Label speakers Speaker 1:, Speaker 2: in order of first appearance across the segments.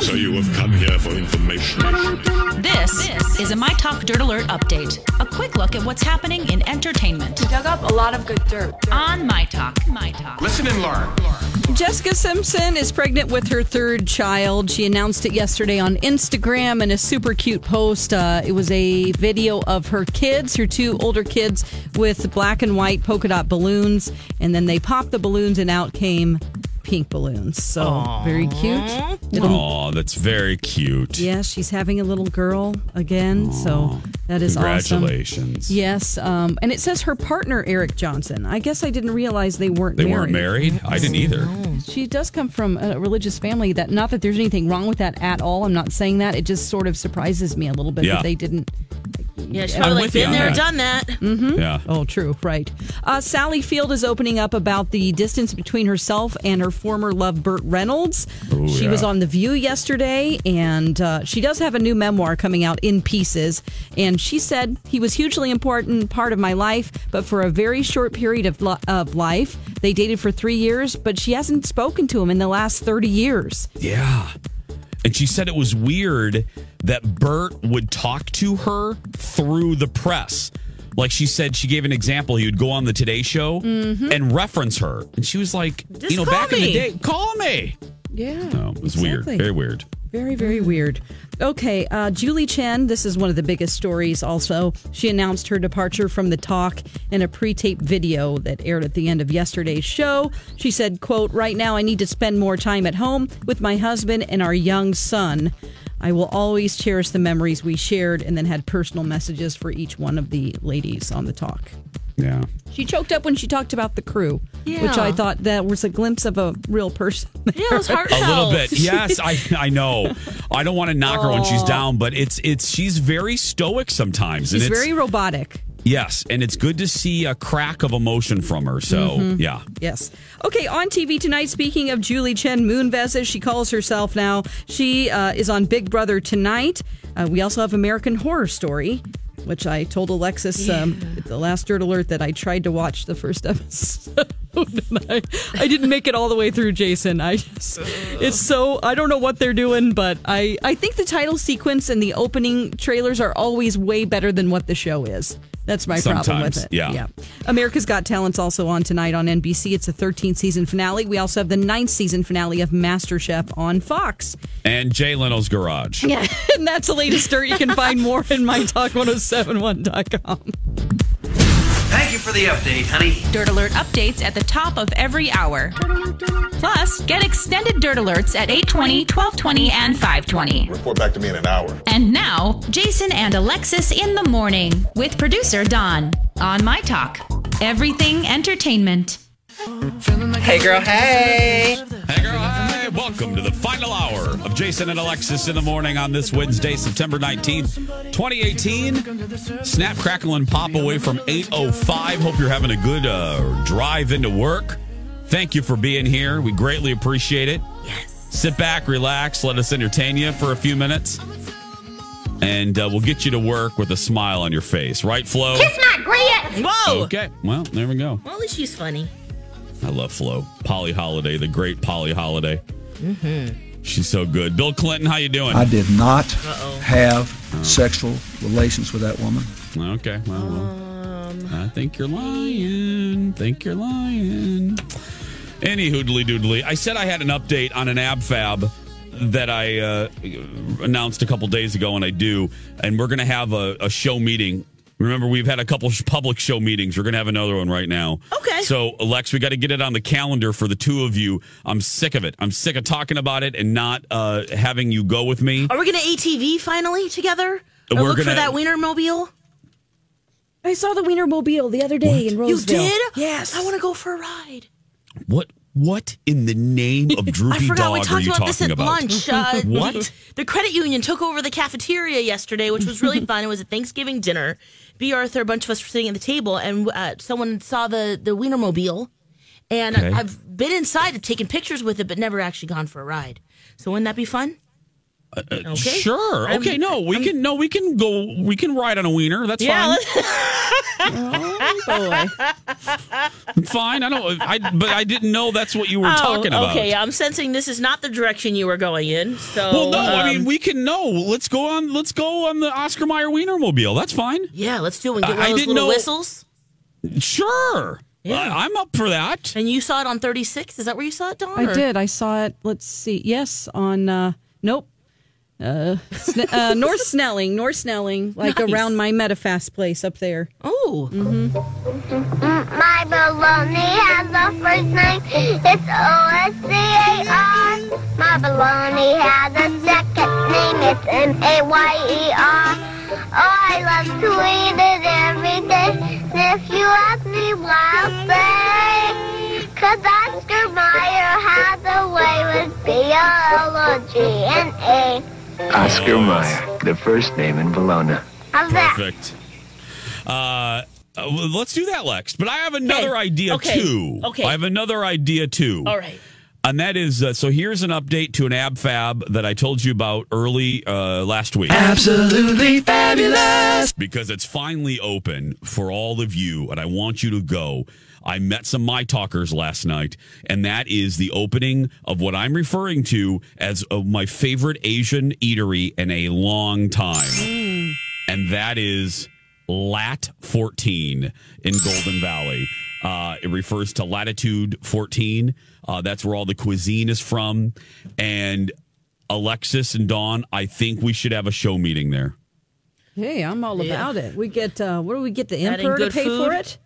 Speaker 1: So you have come here for information.
Speaker 2: This is a My Talk Dirt Alert update. A quick look at what's happening in entertainment
Speaker 3: dug up a lot of good dirt.
Speaker 2: on My Talk. My Talk.
Speaker 1: Listen and learn.
Speaker 4: Jessica Simpson is pregnant with her third child. She announced it yesterday on Instagram in a super cute post. Uh, it was a video of her kids, her two older kids, with black and white polka dot balloons. And then they popped the balloons, and out came pink balloons. So very cute. Little,
Speaker 5: Aw, that's very cute.
Speaker 4: yeah, she's having a little girl again. So that is awesome.
Speaker 5: Congratulations.
Speaker 4: Yes. Um, and it says her partner, Eric Johnson. I guess I didn't realize they weren't
Speaker 5: They
Speaker 4: married.
Speaker 5: weren't married? I didn't either.
Speaker 4: She does come from a religious family that not that there's anything wrong with that at all. I'm not saying that. It just sort of surprises me a little bit
Speaker 5: Yeah.
Speaker 4: that they didn't.
Speaker 6: Yeah, she's
Speaker 4: I'm
Speaker 6: probably like
Speaker 5: with you Mm-hmm.
Speaker 6: been
Speaker 5: on
Speaker 6: there,
Speaker 5: that.
Speaker 6: done that.
Speaker 5: Yeah.
Speaker 4: Oh, true, right. Uh, Sally Field is opening up about the distance between herself and her former love, Burt Reynolds. she was on The View yesterday, and uh, she does have a new memoir coming out in pieces. And she said, He was hugely important part of my life, but for a very short period of, li- of life. They dated for three years, but she hasn't spoken to him in the last 30 years.
Speaker 5: Yeah. And she said it was weird that Bert would talk to her through the press. Like she said, she gave an example. He would go on the Today Show
Speaker 4: Mm-hmm.
Speaker 5: and reference her. And she was like,
Speaker 6: Just
Speaker 5: you know,
Speaker 6: call
Speaker 5: back in the
Speaker 6: me.
Speaker 5: day, call me.
Speaker 4: Yeah.
Speaker 5: No, it was
Speaker 4: exactly.
Speaker 5: weird. Very weird.
Speaker 4: Very,
Speaker 6: Mm.
Speaker 4: very weird. Okay, uh, Julie Chen, this is one of the biggest stories also. She announced her departure from The Talk in a pre-taped video that aired at the end of yesterday's show. She said, quote, Right now I need to spend more time at home with my husband and our young son. I will always cherish the memories we shared and then had personal messages for each one of the ladies on The Talk.
Speaker 5: Yeah.
Speaker 4: She choked up when she talked about the crew, which I
Speaker 6: Yeah.
Speaker 4: thought that was a glimpse of a real person.
Speaker 6: Yeah, it was
Speaker 5: A
Speaker 6: heartfelt.
Speaker 5: little bit. Yes, I I know. I don't want to knock her when she's down, but it's it's she's very stoic sometimes.
Speaker 4: She's
Speaker 5: and it's
Speaker 4: very robotic.
Speaker 5: yes, and it's good to see a crack of emotion from her. So yeah.
Speaker 4: Yes. Okay, on TV tonight, speaking of Julie Chen Moonves, as she calls herself now, she uh, is on Big Brother tonight. Uh, we also have American Horror Story, which I told Alexis um, at the last Dirt Alert that I tried to watch the first episode. and I, I didn't make it all the way through, Jason. I just, it's so, I don't know what they're doing, but I, I think the title sequence and the opening trailers are always way better than what the show is. That's my problem with
Speaker 5: Sometimes,
Speaker 4: it.
Speaker 5: yeah.
Speaker 4: America's Got Talent's also on tonight on NBC. It's the 13th season finale. We also have the ninth season finale of MasterChef on Fox.
Speaker 5: And Jay Leno's garage. Yeah.
Speaker 4: And that's the latest dirt. You can find more in mytalk1071.com.
Speaker 7: Thank you for the update, honey.
Speaker 2: Dirt Alert updates at the top of every hour. Plus, get extended Dirt Alerts at 820, 1220, and 520.
Speaker 1: Report back to me in an hour.
Speaker 2: And now, Jason and Alexis in the morning with producer Don on My Talk. Everything entertainment.
Speaker 3: Hey, girl. Hey.
Speaker 5: Hey girl, hi. Welcome to the final hour of Jason and Alexis in the morning on this Wednesday, September 19th, 2018. Snap, crackle, and pop away from 8.05. Hope you're having a good uh, drive into work. Thank you for being here. We greatly appreciate it. Yes. Sit back, relax, let us entertain you for a few minutes. And uh, we'll get you to work with a smile on your face. Right, Flo?
Speaker 6: not great. Whoa.
Speaker 5: Okay. Well, there we go.
Speaker 6: Well, at least she's funny.
Speaker 5: I love Flo. Polly Holiday, the great Polly Holiday. Mm-hmm. She's so good. Bill Clinton, how you doing?
Speaker 8: I did not have sexual relations with that woman.
Speaker 5: okay. Well,
Speaker 4: Um,
Speaker 5: well. I think you're lying. Think you're lying. Any hoodly doodly. I said I had an update on an ab fab that I uh, announced a couple days ago, and I do. And we're going to have a, a show meeting. Remember, we've had a couple sh- public show meetings. We're going to have another one right now.
Speaker 9: Okay.
Speaker 5: So, Lex, we got to get it on the calendar for the two of you. I'm sick of it. I'm sick of talking about it and not uh, having you go with me.
Speaker 6: Are we going to ATV finally together? Or
Speaker 5: We're
Speaker 6: look
Speaker 5: gonna-
Speaker 6: for that Wienermobile?
Speaker 4: I saw the Wienermobile the other day in
Speaker 6: You
Speaker 4: Roseville.
Speaker 6: did?
Speaker 4: Yes.
Speaker 6: I want to go for a ride.
Speaker 5: What? What in the name of
Speaker 6: I
Speaker 5: droopy
Speaker 6: forgot we
Speaker 5: dog are
Speaker 6: talked
Speaker 5: you
Speaker 6: about this at
Speaker 5: talking about?
Speaker 6: lunch. Uh,
Speaker 5: what?
Speaker 6: The, the credit union took over the cafeteria yesterday, which was really fun. It was a Thanksgiving dinner. B. Arthur, a bunch of us were sitting at the table, and uh, someone saw the the Wienermobile. And
Speaker 5: Okay.
Speaker 6: I've been inside, I've taken pictures with it, but never actually gone for a ride. So wouldn't that be fun?
Speaker 5: Uh, Sure. Okay. no, we can. No, we can go. We can ride on a wiener. That's
Speaker 6: Yeah,
Speaker 5: fine. Oh, fine. I don't. I. But I didn't know that's what you were talking about.
Speaker 6: Oh, Okay, I'm sensing this is not the direction you were going in. So,
Speaker 5: Well, no. I
Speaker 6: um,
Speaker 5: mean, we can. No. Let's go on. Let's go on the Oscar Mayer Wienermobile. That's fine.
Speaker 6: yeah, let's do it. and Get
Speaker 5: I-
Speaker 6: one
Speaker 5: I
Speaker 6: of those
Speaker 5: didn't
Speaker 6: little
Speaker 5: know-
Speaker 6: whistles.
Speaker 5: Sure. I, I'm up for that.
Speaker 6: And you saw it on 36. Is that where you saw it, Don?
Speaker 4: I
Speaker 6: or-
Speaker 4: did. I saw it. Let's see. Yes, on uh, nope. Uh, Sne- uh, North Snelling, North Snelling, like
Speaker 6: Nice.
Speaker 4: around my Metafast place up there. Mm-hmm.
Speaker 6: Oh,
Speaker 10: My baloney has a first name. It's O S C A R. My baloney has a second name. It's M A Y E R. Oh, I love to eat it every day. And if you ask me why, I'll say, 'Cause Oscar Mayer has a way with B L O G N A.
Speaker 11: Oscar Mayer, the first name in Bologna.
Speaker 10: How's that?
Speaker 5: Perfect. Uh, uh, well, let's do that, Lex. But I have another
Speaker 6: Okay.
Speaker 5: idea
Speaker 6: Okay.
Speaker 5: too.
Speaker 6: Okay.
Speaker 5: I have another idea too.
Speaker 6: all right.
Speaker 5: And that is uh, so. Here's an update to an ab fab that I told you about early uh, last week.
Speaker 8: Absolutely fabulous.
Speaker 5: Because it's finally open for all of you, and I want you to go. I met some My Talkers last night, and that is the opening of what I'm referring to as uh, my favorite Asian eatery in a long time. And that is Lat 14 in Golden Valley. Uh, it refers to Latitude 14. Uh, that's where all the cuisine is from. And Alexis and Dawn, I think we should have a show meeting there.
Speaker 4: Hey, I'm all about it. We get uh, what do we get the
Speaker 6: That ain't
Speaker 4: emperor to
Speaker 6: good
Speaker 4: pay for
Speaker 6: food.
Speaker 4: it?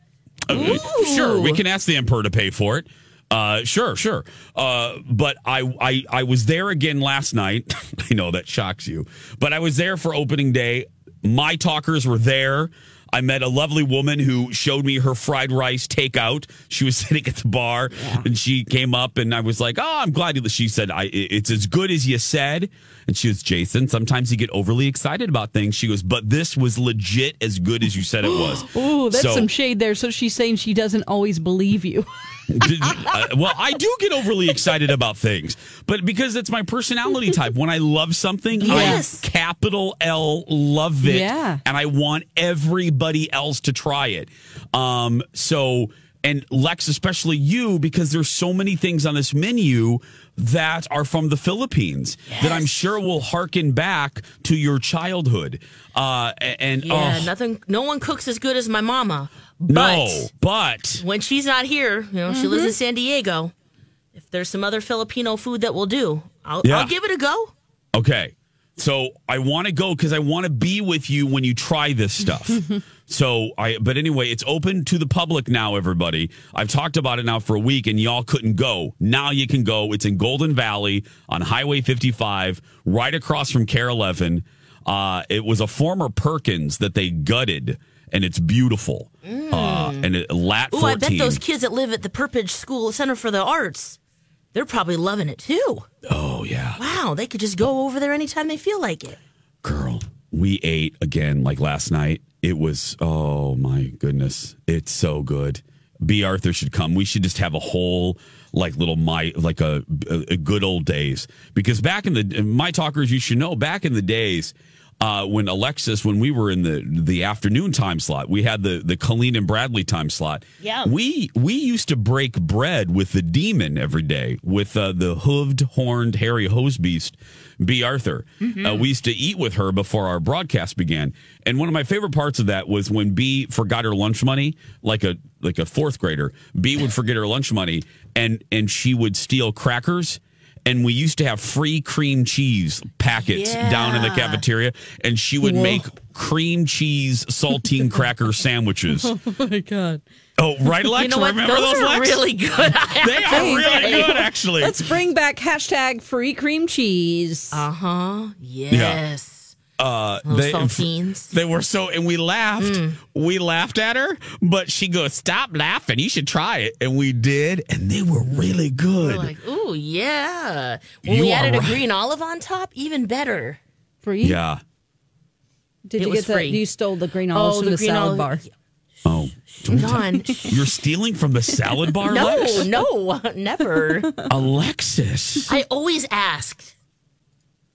Speaker 5: Uh, Sure, we
Speaker 6: Ooh.
Speaker 5: can ask the emperor to pay for it. Uh, sure, sure. Uh, but I, I, I was there again last night. I know that shocks you, but I was there for opening day. My talkers were there. I met a lovely woman who showed me her fried rice takeout. She was sitting at the bar and she came up and I was like, "Oh, I'm glad." you-" She said, "I, it's as good as you said." And she was, "Jason, sometimes you get overly excited about things." She goes, "But this was legit as good as you said it was."
Speaker 4: Ooh, that's
Speaker 5: So-
Speaker 4: some shade there. So she's saying she doesn't always believe you.
Speaker 5: Did- uh, well, I do get overly excited about things, but because it's my personality type. When I love something,
Speaker 6: Yes.
Speaker 5: I capital L love it,
Speaker 4: Yeah.
Speaker 5: and I want everybody else to try it. Um, so, and Lex, especially you, because there's so many things on this menu that are from the Philippines that I'm sure will harken back to your childhood. Uh, a- and
Speaker 6: Yeah,
Speaker 5: oh,
Speaker 6: nothing. No one cooks as good as my mama. But
Speaker 5: no, but Mm-hmm.
Speaker 6: when she's not here, you know, she lives in San Diego. If there's some other Filipino food that will do, I'll,
Speaker 5: Yeah.
Speaker 6: I'll give it a go.
Speaker 5: Okay. So I want to go because I want to be with you when you try this stuff. so I, but anyway, it's open to the public now, everybody. I've talked about it now for a week and y'all couldn't go. Now you can go. It's in Golden Valley on Highway 55, right across from Care 11. Uh, it was a former Perkins that they gutted and it's beautiful. Uh, and it, lat
Speaker 6: Mm. Ooh, I
Speaker 5: 14.
Speaker 6: bet those kids that live at the Perpage School Center for the Arts, they're probably loving it too.
Speaker 5: oh, yeah.
Speaker 6: Wow, they could just go over there anytime they feel like it.
Speaker 5: girl we ate again like last night it was oh my goodness it's so good b arthur should come we should just have a whole like little my like a, a good old days because back in the my talkers you should know back in the days uh, when Alexis, when we were in the the afternoon time slot, we had the the Colleen and Bradley time slot.
Speaker 6: Yeah.
Speaker 5: we we used to break bread with the demon every day with uh, the hooved, horned, hairy hose beast, B. Arthur. Uh, we used to eat with her before our broadcast began, and one of my favorite parts of that was when B forgot her lunch money, like a like a fourth grader. B would forget her lunch money, and and she would steal crackers and we used to have free cream cheese packets
Speaker 9: Yeah.
Speaker 5: down in the cafeteria and she would
Speaker 4: Whoa.
Speaker 5: make cream cheese saltine cracker sandwiches
Speaker 4: Oh my god.
Speaker 5: oh right Lex
Speaker 4: You know what?
Speaker 5: remember
Speaker 4: Those
Speaker 5: those,
Speaker 4: are
Speaker 5: Lex?
Speaker 4: really good, I
Speaker 5: they
Speaker 4: have
Speaker 5: are
Speaker 4: to
Speaker 5: really
Speaker 4: say.
Speaker 5: good actually
Speaker 4: Let's bring back hashtag free cream cheese.
Speaker 6: Uh
Speaker 4: Uh-huh.
Speaker 6: huh. Yes.
Speaker 5: Uh,
Speaker 6: Little Mm.
Speaker 5: they,
Speaker 6: saltines.
Speaker 5: they were so, and we laughed. We laughed at her, but she goes, "Stop laughing! You should try it." And we did, and they were really good.
Speaker 6: Like, ooh, yeah. When
Speaker 5: You
Speaker 6: we
Speaker 5: are
Speaker 6: added a
Speaker 5: right.
Speaker 6: green olive on top, even better.
Speaker 4: Free?
Speaker 5: yeah.
Speaker 4: Did
Speaker 6: It
Speaker 4: you
Speaker 6: was
Speaker 4: get that?
Speaker 6: free.
Speaker 4: You stole the green olives
Speaker 6: Oh,
Speaker 4: from
Speaker 6: the
Speaker 4: the,
Speaker 6: green
Speaker 4: salad
Speaker 6: olive-
Speaker 4: bar.
Speaker 5: Oh,
Speaker 6: Don.
Speaker 5: you're stealing from the salad bar,
Speaker 6: no,
Speaker 5: Lex?
Speaker 6: no, never.
Speaker 5: Alexis.
Speaker 6: I always asked.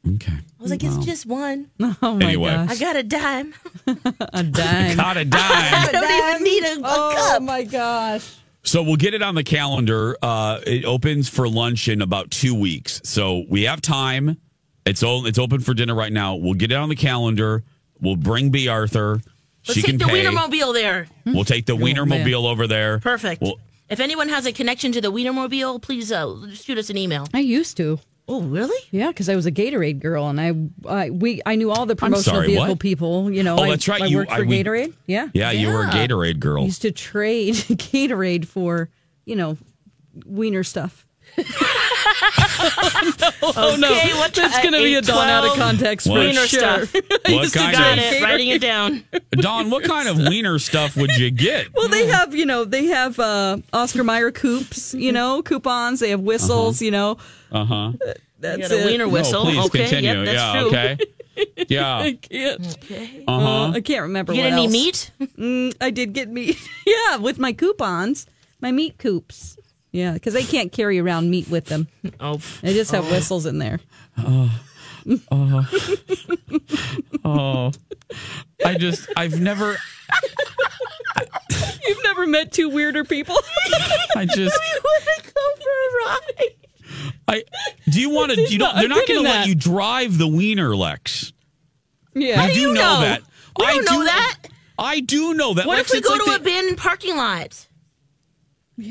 Speaker 5: Okay.
Speaker 6: I was like,
Speaker 5: Wow.
Speaker 6: it's just one.
Speaker 4: Oh my
Speaker 5: Anyway.
Speaker 4: gosh.
Speaker 6: I got a dime.
Speaker 4: a dime.
Speaker 5: Got a dime.
Speaker 6: I don't even need a, a
Speaker 4: Oh
Speaker 6: cup.
Speaker 4: my gosh.
Speaker 5: So we'll get it on the calendar. Uh, it opens for lunch in about two weeks, so we have time. It's o- it's open for dinner right now. We'll get it on the calendar. We'll bring B. Arthur.
Speaker 6: Let's
Speaker 5: she
Speaker 6: take
Speaker 5: can
Speaker 6: the
Speaker 5: pay.
Speaker 6: Wienermobile there. Hmm?
Speaker 5: We'll take the
Speaker 4: man.
Speaker 5: Wienermobile over there.
Speaker 6: Perfect.
Speaker 5: We'll,
Speaker 6: if anyone has a connection to the Wienermobile, please uh, shoot us an email.
Speaker 4: I used to.
Speaker 6: Oh, really?
Speaker 4: Yeah, because I was a Gatorade girl, and I, I we I knew all the promotional
Speaker 5: sorry,
Speaker 4: vehicle
Speaker 5: what?
Speaker 4: people. You know,
Speaker 5: Oh,
Speaker 4: I,
Speaker 5: that's right,
Speaker 4: I
Speaker 5: you-
Speaker 4: worked
Speaker 5: I-
Speaker 4: for
Speaker 5: we-
Speaker 4: Gatorade. Yeah,
Speaker 5: yeah, you were a
Speaker 6: Yeah.
Speaker 5: Gatorade
Speaker 4: I
Speaker 5: girl.
Speaker 4: used to trade Gatorade for you know wiener stuff.
Speaker 6: Oh
Speaker 4: no. That's gonna be a Dawn out of context
Speaker 5: for
Speaker 6: Wiener
Speaker 4: sure.
Speaker 6: stuff.
Speaker 5: What
Speaker 6: You got it.
Speaker 5: kind
Speaker 6: Writing it down.
Speaker 5: of Don? What kind of wiener stuff would you get?
Speaker 4: Well, they have you know they have uh, Oscar Mayer coops, you know coupons. They have whistles, you know.
Speaker 5: Uh huh.
Speaker 6: You
Speaker 4: That's
Speaker 6: got a
Speaker 4: it.
Speaker 6: wiener whistle.
Speaker 5: please
Speaker 6: okay,
Speaker 5: continue.
Speaker 6: Yep, that's
Speaker 5: yeah.
Speaker 6: true.
Speaker 5: Okay. Yeah.
Speaker 4: I can't.
Speaker 5: Uh huh.
Speaker 4: I can't remember.
Speaker 6: You get
Speaker 4: what
Speaker 6: any
Speaker 4: else.
Speaker 6: meat?
Speaker 4: Mm, I did get meat. yeah, with my coupons, my meat coops. Yeah, because they can't carry around meat with them.
Speaker 6: Oh,
Speaker 4: They just have whistles in there.
Speaker 5: Oh, I just I've never
Speaker 4: You've never met two weirder people.
Speaker 5: I just I do you want to? You don't. They're
Speaker 4: I'm
Speaker 5: not
Speaker 4: good
Speaker 5: going to
Speaker 4: in
Speaker 5: let
Speaker 4: that.
Speaker 5: you drive the wiener, Lex.
Speaker 4: yeah.
Speaker 5: I do
Speaker 6: you
Speaker 5: know,
Speaker 6: know?
Speaker 5: that.
Speaker 6: We
Speaker 5: I
Speaker 6: don't know that.
Speaker 5: I do know that.
Speaker 6: What
Speaker 5: Lex,
Speaker 6: if we
Speaker 5: It's
Speaker 6: go
Speaker 5: like
Speaker 6: to a
Speaker 5: they-
Speaker 6: bin parking lot?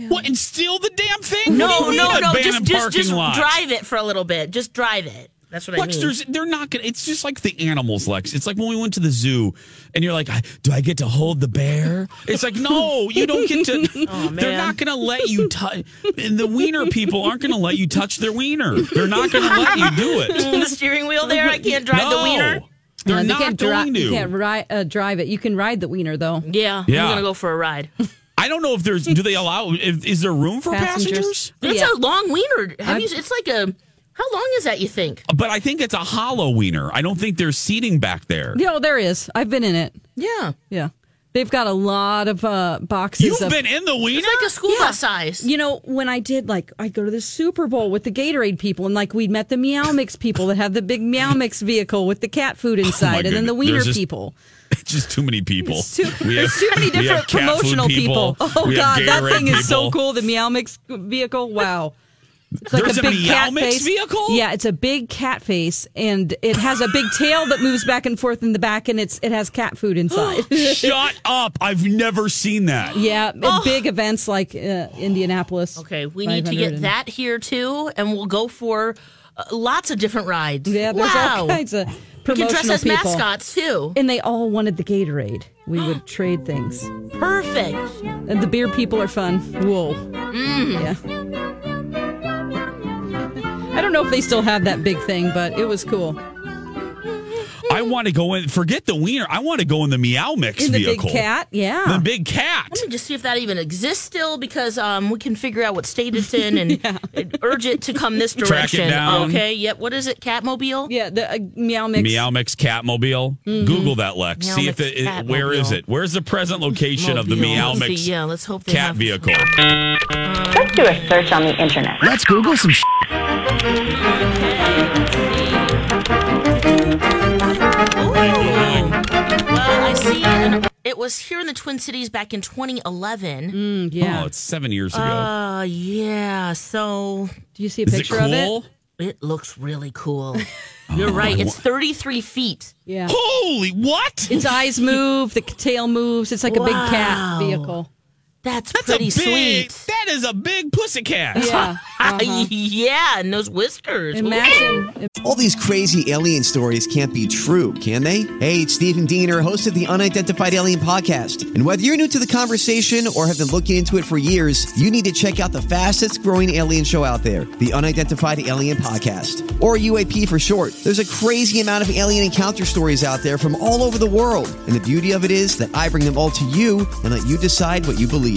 Speaker 5: What and steal the damn thing? What do
Speaker 6: No,
Speaker 5: you mean
Speaker 6: no,
Speaker 5: a
Speaker 6: no.
Speaker 5: ban
Speaker 6: Just,
Speaker 5: in
Speaker 6: just,
Speaker 5: parking
Speaker 6: just
Speaker 5: lot?
Speaker 6: drive it for a little bit. Just drive it. That's what
Speaker 5: Lex,
Speaker 6: I mean.
Speaker 5: there's, they're not gonna. It's just like the animals, Lex. It's like when we went to the zoo, and you're like, "I- "Do I get to hold the bear?" It's like, no, you don't get to.
Speaker 4: Oh,
Speaker 5: They're
Speaker 6: man.
Speaker 5: not gonna let you touch. And the wiener people aren't gonna let you touch their wiener. They're not gonna let you do it.
Speaker 6: the steering wheel there. I can't drive
Speaker 5: no,
Speaker 6: the wiener.
Speaker 5: they're
Speaker 4: Uh, they
Speaker 5: not
Speaker 4: can't dri-
Speaker 5: going
Speaker 4: You
Speaker 5: to.
Speaker 4: can't ri- uh, drive it. You can ride the wiener though.
Speaker 6: Yeah,
Speaker 5: Yeah.
Speaker 6: I'm gonna go for a ride.
Speaker 5: I don't know if there's. Do they allow? If, is there room for passengers?
Speaker 4: Passengers.
Speaker 6: That's
Speaker 4: Yeah.
Speaker 6: a long wiener. Have you? It's like a. How long is that? You think?
Speaker 5: But I think it's a hollow wiener. I don't think there's seating back there.
Speaker 4: No, oh, there is. I've been in it.
Speaker 6: Yeah,
Speaker 4: Yeah, they've got a lot of uh, boxes.
Speaker 5: You've
Speaker 4: of-
Speaker 5: been in the wiener.
Speaker 6: it's like a school bus size.
Speaker 4: You know, when I did like I go to the Super Bowl with the Gatorade people, and like we met the Meow Mix people that have the big Meow Mix vehicle with the cat food inside, and then the
Speaker 5: Oh goodness.
Speaker 4: wiener
Speaker 5: There's just-
Speaker 4: people.
Speaker 5: It's just too many people.
Speaker 4: It's too, there's too many
Speaker 5: we have
Speaker 4: different
Speaker 5: cat food
Speaker 4: promotional people. Oh
Speaker 5: we have
Speaker 4: God, that
Speaker 5: Gatorade
Speaker 4: thing is so
Speaker 5: people.
Speaker 4: cool. The Meow Mix vehicle. Wow. It's
Speaker 5: There's a Meow Mix
Speaker 4: face.
Speaker 5: vehicle?
Speaker 4: Yeah, it's a big cat face, and it has a big tail that moves back and forth in the back, and it's it has cat food inside.
Speaker 5: Shut Oh. up! I've never seen that.
Speaker 4: yeah, at big events like uh, Indianapolis.
Speaker 6: Okay, we need to
Speaker 4: 500
Speaker 6: get
Speaker 4: and-
Speaker 6: that here too, and we'll go for uh, lots of different rides.
Speaker 4: Yeah, there's
Speaker 6: wow.
Speaker 4: all kinds of
Speaker 6: we can
Speaker 4: promotional
Speaker 6: dress as
Speaker 4: people.
Speaker 6: mascots too.
Speaker 4: and they all wanted the Gatorade. We would trade things.
Speaker 6: Perfect.
Speaker 4: And the beer people are fun. Whoa.
Speaker 6: Mmm.
Speaker 4: Yeah. I don't know if they still have that big thing, but it was cool.
Speaker 5: I want to go in. Forget the wiener. I want to go in the meow mix
Speaker 4: In the
Speaker 5: vehicle.
Speaker 4: big cat, yeah.
Speaker 5: The big cat.
Speaker 6: Let me just see if that even exists still, because um, we can figure out what state it's in and and urge it to come this
Speaker 5: it
Speaker 6: direction.
Speaker 5: down.
Speaker 6: Okay. Yep. What is it? Catmobile.
Speaker 4: yeah, the uh, meow mix. Mm-hmm.
Speaker 5: Meow Mix Catmobile. Google that, Lex.
Speaker 6: Meow
Speaker 5: See if
Speaker 6: Mix
Speaker 5: it, it where
Speaker 6: Catmobile.
Speaker 5: is it? Where's the present location of the
Speaker 6: Mobile.
Speaker 5: Meow
Speaker 6: Let's
Speaker 5: Mix
Speaker 6: see, yeah, let's hope they
Speaker 5: cat
Speaker 6: have-
Speaker 5: vehicle?
Speaker 12: Let's do a search on the internet.
Speaker 9: Let's Google some. Sh-
Speaker 6: Okay. let's see.
Speaker 5: Big
Speaker 6: was here in the Twin Cities back in 2011.
Speaker 4: Mm, yeah.
Speaker 5: Oh, it's seven years ago.
Speaker 6: Uh, yeah. So,
Speaker 4: do you see a
Speaker 5: Is it
Speaker 4: picture of it?
Speaker 5: cool?
Speaker 6: It looks really cool.
Speaker 5: Oh,
Speaker 6: You're right. It's 33 feet.
Speaker 4: Yeah.
Speaker 5: Holy what?
Speaker 4: Its eyes move, the tail moves. It's like a big cat
Speaker 6: Wow.
Speaker 4: vehicle.
Speaker 6: That's,
Speaker 5: That's
Speaker 6: pretty
Speaker 5: a big.
Speaker 6: sweet.
Speaker 5: That is a big pussycat.
Speaker 4: Yeah. Uh-huh.
Speaker 6: yeah, and those whiskers.
Speaker 4: Imagine.
Speaker 9: All these crazy alien stories can't be true, can they? Hey, it's Stephen Diener, host of the Unidentified Alien Podcast. And whether you're new to the conversation or have been looking into it for years, you need to check out the fastest growing alien show out there, the Unidentified Alien Podcast, or UAP for short. There's a crazy amount of alien encounter stories out there from all over the world. And the beauty of it is that I bring them all to you and let you decide what you believe.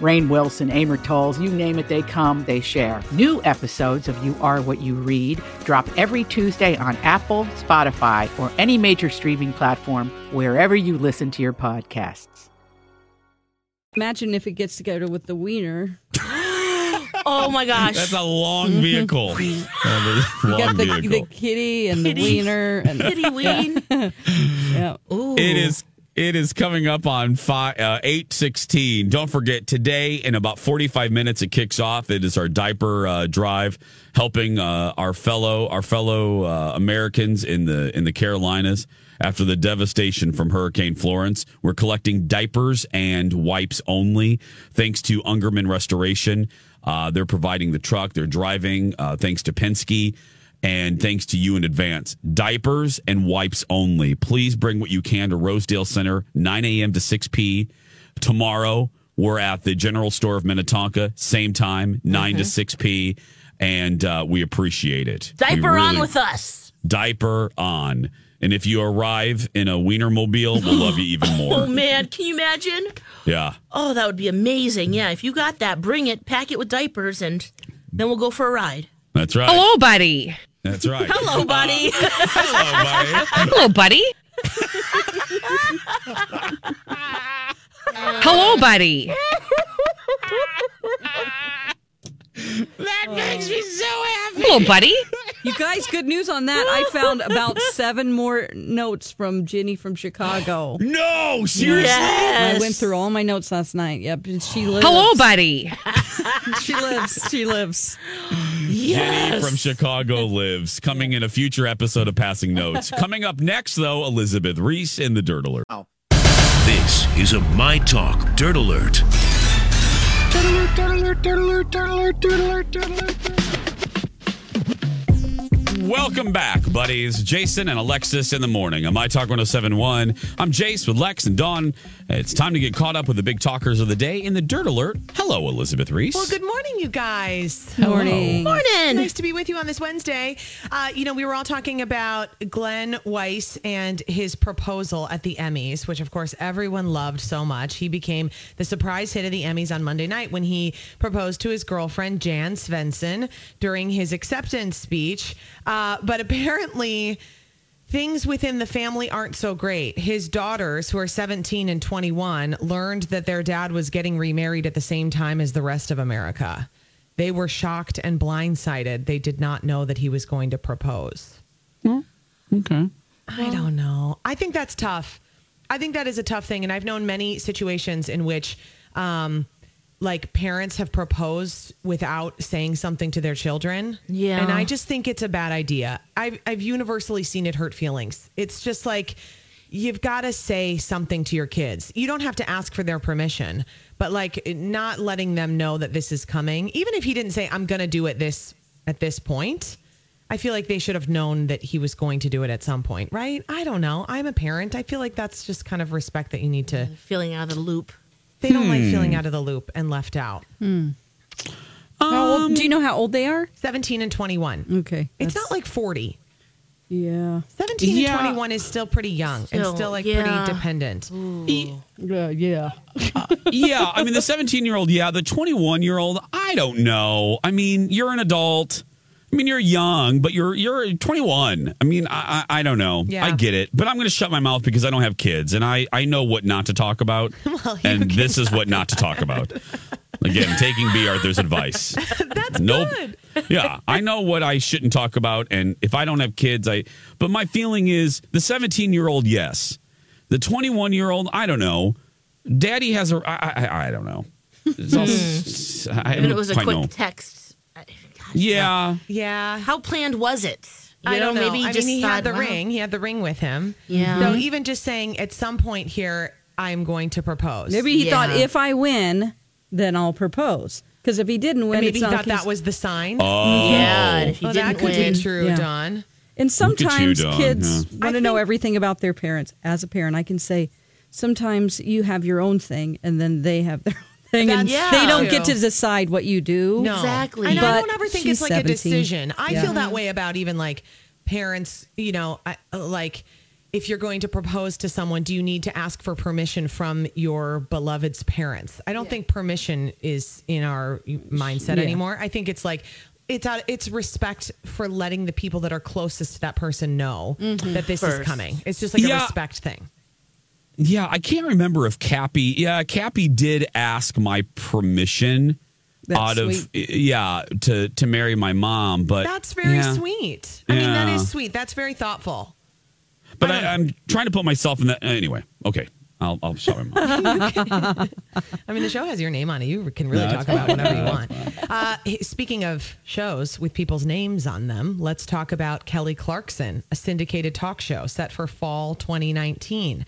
Speaker 13: Rain Wilson, Amor Tolls, you name it, they come, they share. New episodes of You Are What You Read drop every Tuesday on Apple, Spotify, or any major streaming platform wherever you listen to your podcasts.
Speaker 4: Imagine if it gets together with the wiener.
Speaker 6: Oh my gosh.
Speaker 5: That's a long vehicle. That is a
Speaker 4: Mm-hmm. You got
Speaker 5: long
Speaker 4: the,
Speaker 5: vehicle.
Speaker 4: the kitty and the
Speaker 6: Kitty.
Speaker 4: wiener and
Speaker 6: Kitty ween.
Speaker 4: yeah.
Speaker 6: Ooh.
Speaker 5: It is. It is coming up on five, uh, eight sixteen. Don't forget today in about forty five minutes it kicks off. It is our diaper uh, drive, helping uh, our fellow our fellow uh, Americans in the in the Carolinas after the devastation from Hurricane Florence. We're collecting diapers and wipes only, thanks to Ungerman Restoration. Uh, they're providing the truck. They're driving. Uh, thanks to Penske and thanks to you in advance. Diapers and wipes only. Please bring what you can to Rosedale Center, 9 a.m. to 6 p. Tomorrow, we're at the General Store of Minnetonka, same time, 9
Speaker 6: Mm-hmm.
Speaker 5: to 6 p. And uh, we appreciate it. We
Speaker 6: Diaper on
Speaker 5: really-
Speaker 6: with us.
Speaker 5: Diaper on. And if you arrive in a Wienermobile, we'll love you even
Speaker 6: Oh
Speaker 5: more.
Speaker 6: man, can you imagine?
Speaker 5: Yeah.
Speaker 6: Oh, that would be amazing. Yeah, if you got that, bring it, pack it with diapers, and then we'll go for a ride.
Speaker 5: That's right.
Speaker 14: Hello, buddy.
Speaker 5: That's right.
Speaker 6: Hello, buddy.
Speaker 14: Hello, buddy. Hello, buddy.
Speaker 5: That makes me so happy.
Speaker 14: Hello, buddy.
Speaker 4: You guys, good news on that. I found about seven more notes from Ginny from Chicago.
Speaker 5: No, seriously.
Speaker 4: I went through all my notes last night. Yep. and She lives.
Speaker 14: Hello, buddy.
Speaker 4: She lives. She lives.
Speaker 5: Jenny from Chicago lives, coming in a future episode of Passing Notes. coming up next, though, Elizabeth Reese in the Dirt Alert.
Speaker 15: This is a My Talk Dirt Alert.
Speaker 5: Welcome back, buddies. Jason and Alexis in the morning on My Talk 1071. I'm Jace with Lex and Dawn. It's time to get caught up with the big talkers of the day in the Dirt Alert. Hello, Elizabeth Reese.
Speaker 16: Well, good morning, you guys.
Speaker 4: Morning.
Speaker 6: Morning.
Speaker 16: Nice to be with you on this Wednesday. Uh, you know, we were all talking about Glenn Weiss and his proposal at the Emmys, which, of course, everyone loved so much. He became the surprise hit of the Emmys on Monday night when he proposed to his girlfriend, Jan Svensson, during his acceptance speech. Uh, but apparently, Things within the family aren't so great. His daughters, who are 17 and 21, learned that their dad was getting remarried at the same time as the rest of America. They were shocked and blindsided. They did not know that he was going to propose.
Speaker 5: Okay.
Speaker 16: I don't know. I think that's tough. I think that is a tough thing. And I've known many situations in which, um, like parents have proposed without saying something to their children.
Speaker 6: Yeah.
Speaker 16: And I just think it's a bad idea. I've, I've universally seen it hurt feelings. It's just like you've got to say something to your kids. You don't have to ask for their permission, but like not letting them know that this is coming. Even if he didn't say, I'm going to do it this at this point, I feel like they should have known that he was going to do it at some point, right? I don't know. I'm a parent. I feel like that's just kind of respect that you need to.
Speaker 6: Feeling out of the loop.
Speaker 16: They don't like feeling out of the loop and left out.
Speaker 4: How
Speaker 5: Um,
Speaker 4: old, do you know how old they are?
Speaker 16: 17 and 21.
Speaker 4: Okay.
Speaker 16: It's not like 40.
Speaker 4: Yeah.
Speaker 16: 17
Speaker 4: Yeah.
Speaker 16: and 21 is still pretty young
Speaker 4: Still,
Speaker 16: and still like
Speaker 4: yeah.
Speaker 16: pretty dependent.
Speaker 4: Yeah. Yeah.
Speaker 5: yeah, I mean, the 17 year old, yeah, the 21 year old, I don't know. I mean, you're an adult. I mean, you're young, but you're you're 21. I mean, I I, I don't know.
Speaker 16: Yeah.
Speaker 5: I get it, but I'm going to shut my mouth because I don't have kids, and I I know what not to talk about, and this is what not to talk about. Again, taking B. Arthur's advice. That's
Speaker 16: good.
Speaker 5: yeah, I know what I shouldn't talk about, and if I don't have kids, I. But my feeling is the 17 year old, yes. The 21 year old, I don't know. Daddy has a. I, I, I don't know. It's all, s- I
Speaker 6: And
Speaker 5: don't
Speaker 6: Hmm. it was a
Speaker 5: quite
Speaker 6: quick
Speaker 5: know.
Speaker 6: text.
Speaker 5: Yeah.
Speaker 16: Yeah.
Speaker 6: How planned was it?
Speaker 16: I
Speaker 6: You know,
Speaker 16: don't know.
Speaker 6: Maybe he
Speaker 16: I
Speaker 6: just
Speaker 16: mean, he
Speaker 6: thought,
Speaker 16: had the
Speaker 6: wow.
Speaker 16: ring. He had the ring with him.
Speaker 6: Yeah.
Speaker 16: So even just saying at some point here, I'm going to propose.
Speaker 4: Maybe he thought if I win, then I'll propose. Because if he didn't win,
Speaker 16: maybe
Speaker 4: it's
Speaker 16: he
Speaker 4: not
Speaker 16: thought
Speaker 4: like
Speaker 16: that was the sign.
Speaker 5: Oh. Yeah, and if he
Speaker 16: Well, that
Speaker 6: didn't
Speaker 16: could
Speaker 6: win-
Speaker 16: be true,
Speaker 4: Yeah.
Speaker 16: Don.
Speaker 4: And
Speaker 5: Look at you,
Speaker 4: sometimes
Speaker 5: Dawn,
Speaker 4: kids
Speaker 5: yeah.
Speaker 4: want to know everything about their parents. As a parent, I can say sometimes you have your own thing, and then they have their own thing, and
Speaker 16: That's
Speaker 4: they don't
Speaker 16: true.
Speaker 4: get to decide what you do.
Speaker 16: No. And
Speaker 4: But
Speaker 16: I don't ever think
Speaker 4: she's
Speaker 16: it's like
Speaker 4: 17.
Speaker 16: a decision. I
Speaker 4: Yeah.
Speaker 16: feel that way about even like parents, you know, I, like if you're going to propose to someone, do you need to ask for permission from your beloved's parents? I don't think permission is in our mindset
Speaker 4: Yeah.
Speaker 16: anymore. I think it's like, it's, out, it's respect for letting the people that are closest to that person know
Speaker 4: Mm-hmm.
Speaker 16: that this is
Speaker 6: First.
Speaker 16: coming. It's just like a
Speaker 5: Yeah.
Speaker 16: respect thing.
Speaker 5: Yeah, I can't remember if Cappy. Yeah, Cappy did ask my permission
Speaker 16: That's
Speaker 5: out of yeah to to marry my mom, but
Speaker 16: That's very
Speaker 5: yeah.
Speaker 16: sweet. I mean, that
Speaker 5: Yeah.
Speaker 16: is sweet. That's very thoughtful.
Speaker 5: But I, I'm trying to put myself in that anyway. Okay, I'll I'll show him.
Speaker 16: I mean, the show has your name on it. You can really
Speaker 5: No,
Speaker 16: talk
Speaker 5: that's
Speaker 16: about
Speaker 5: fine.
Speaker 16: whatever you
Speaker 5: No,
Speaker 16: want. Uh, hey, speaking of shows with people's names on them, let's talk about Kelly Clarkson, a syndicated talk show set for fall 2019.